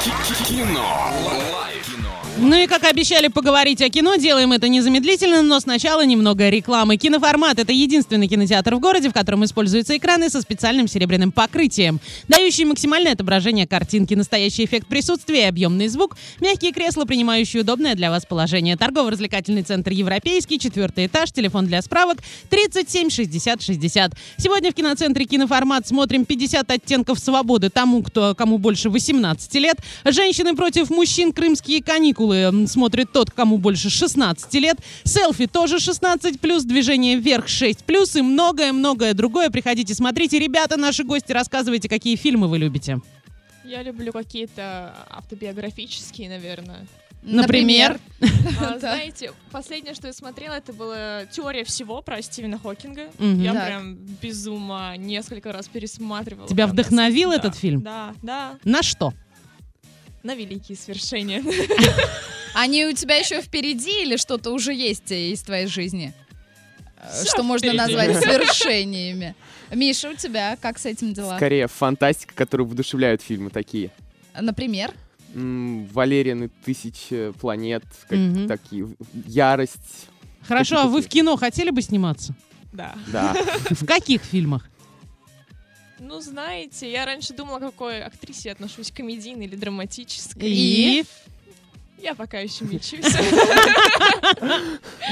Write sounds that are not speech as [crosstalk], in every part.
Кино. Лайф. Ну и как обещали поговорить о кино, делаем это незамедлительно, но сначала немного рекламы. Киноформат — это единственный кинотеатр в городе, в котором используются экраны со специальным серебряным покрытием, дающие максимальное отображение картинки, настоящий эффект присутствия, объемный звук, мягкие кресла, принимающие удобное для вас положение. Торгово-развлекательный центр «Европейский», четвертый этаж, телефон для справок 37 60 60. Сегодня в киноцентре «Киноформат» смотрим 50 оттенков свободы тому, кто, кому больше 18 лет. Женщины против мужчин, крымские каникулы каникулы смотрит тот, кому больше 16 лет. Селфи тоже 16+, плюс, движение вверх 6+, плюс и многое-многое другое. Приходите, смотрите. Ребята, наши гости, рассказывайте, какие фильмы вы любите. Я люблю какие-то автобиографические, наверное. Например? А, Знаете, последнее, что я смотрела, это была «Теория всего» про Стивена Хокинга. Мгм. Я Так. прям без ума несколько раз пересматривала. Тебя прям, да, вдохновил да, этот фильм? Да, да, На что? на великие свершения. [laughs] Они у тебя еще впереди или что-то уже есть из твоей жизни? Э, Всё Что можно впереди. [laughs] назвать свершениями? Миша, у тебя как с этим дела? Скорее, фантастика, которую вдушевляют фильмы такие. Например? М, Валериан и тысячи планет, как- Мгм. такие. Ярость, Хорошо, а Какие вы в кино хотели бы сниматься? Да. [laughs] да. В каких фильмах? Ну, знаете, я раньше думала, к какой актрисе я отношусь, комедийной или драматической. И? Я пока [laughs] еще мечусь.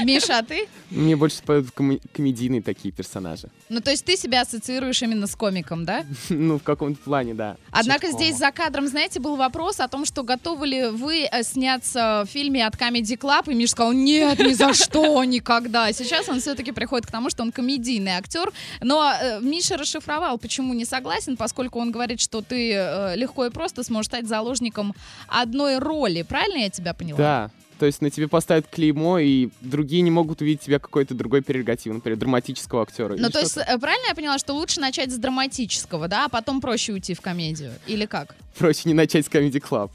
Миша, а ты? Мне больше поют комедийные такие персонажи. [laughs] Ну, то есть ты себя ассоциируешь именно с комиком, да? Ну, в каком-то плане, да. Однако Ситкома. здесь за кадром, знаете, был вопрос о том, что готовы ли вы э, сняться в фильме от Comedy Club, и Миша сказал, нет, ни за что, никогда. Сейчас он все-таки приходит к тому, что он комедийный актер, но э, Миша расшифровал, почему не согласен, поскольку он говорит, что ты э, легко и просто сможешь стать заложником одной роли. Правильно я тебя поняла? Да. То есть на тебе поставят клеймо, и другие не могут увидеть тебя какой-то другой прерогативы, например, драматического актера. Ну, то есть, э, правильно я поняла, что лучше начать с драматического, да, а потом проще уйти в комедию? Или как? Проще не начать с Comedy Club.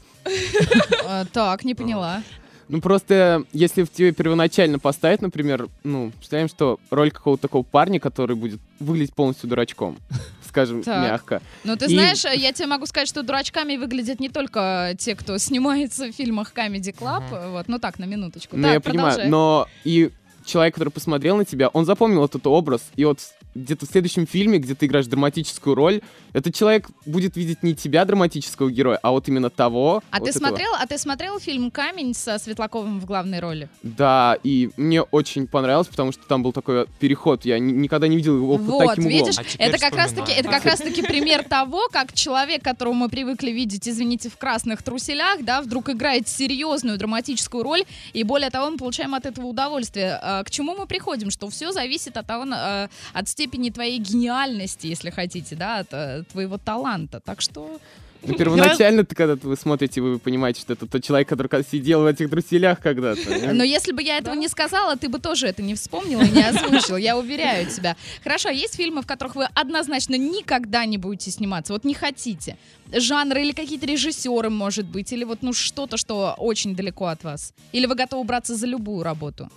Э, Так, не поняла. Ну, просто если в тебе первоначально поставить, например, ну, представим, что роль какого-то такого парня, который будет выглядеть полностью дурачком, [laughs] скажем Так. мягко. Ну, ты И- знаешь, э, я тебе могу сказать, что дурачками выглядят не только э, те, кто снимается в фильмах Comedy Club. э, Вот, ну так, на минуточку. Ну, так, я продолжай. понимаю, но и человек, который посмотрел на тебя, он запомнил этот образ, и вот где-то в следующем фильме, где ты играешь драматическую роль, этот человек будет видеть не тебя, драматического героя, а вот именно того. А вот ты этого. смотрел, а ты смотрел фильм Камень со Светлаковым в главной роли? Да, и мне очень понравилось, потому что там был такой переход, я ни- никогда не видел его под вот, таким углом. видишь, А теперь это как раз таки, вспоминаю. это как раз таки пример того, как человек, которого мы привыкли видеть, извините, в красных труселях, да, вдруг играет серьезную драматическую роль, и более того, мы получаем от этого удовольствие. А, К чему мы приходим? Что все зависит от того, на- э, от степени твоей гениальности, если хотите, да, от э, твоего таланта. Так что Ну, первоначально, ты, когда вы смотрите, вы понимаете, что это тот человек, который как- сидел в этих труселях когда-то. Но если бы я этого не сказала, ты бы тоже это не вспомнила и не озвучила, я уверяю тебя. Хорошо, а есть фильмы, в которых вы однозначно никогда не будете сниматься, вот не хотите? Жанры или какие-то режиссеры, может быть, или вот ну что-то, что очень далеко от вас? Или вы готовы браться за любую работу?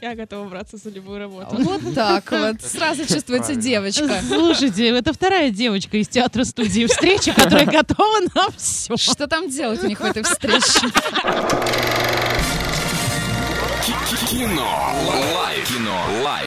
Я готова браться за любую работу. Вот так вот, сразу чувствуется [laughs] Правильно. девочка. Слушайте, это вторая девочка из театра студии встречи, которая готова на все. Что там делать у них в этой встрече? Кино. Лайф. Кино. Лайф.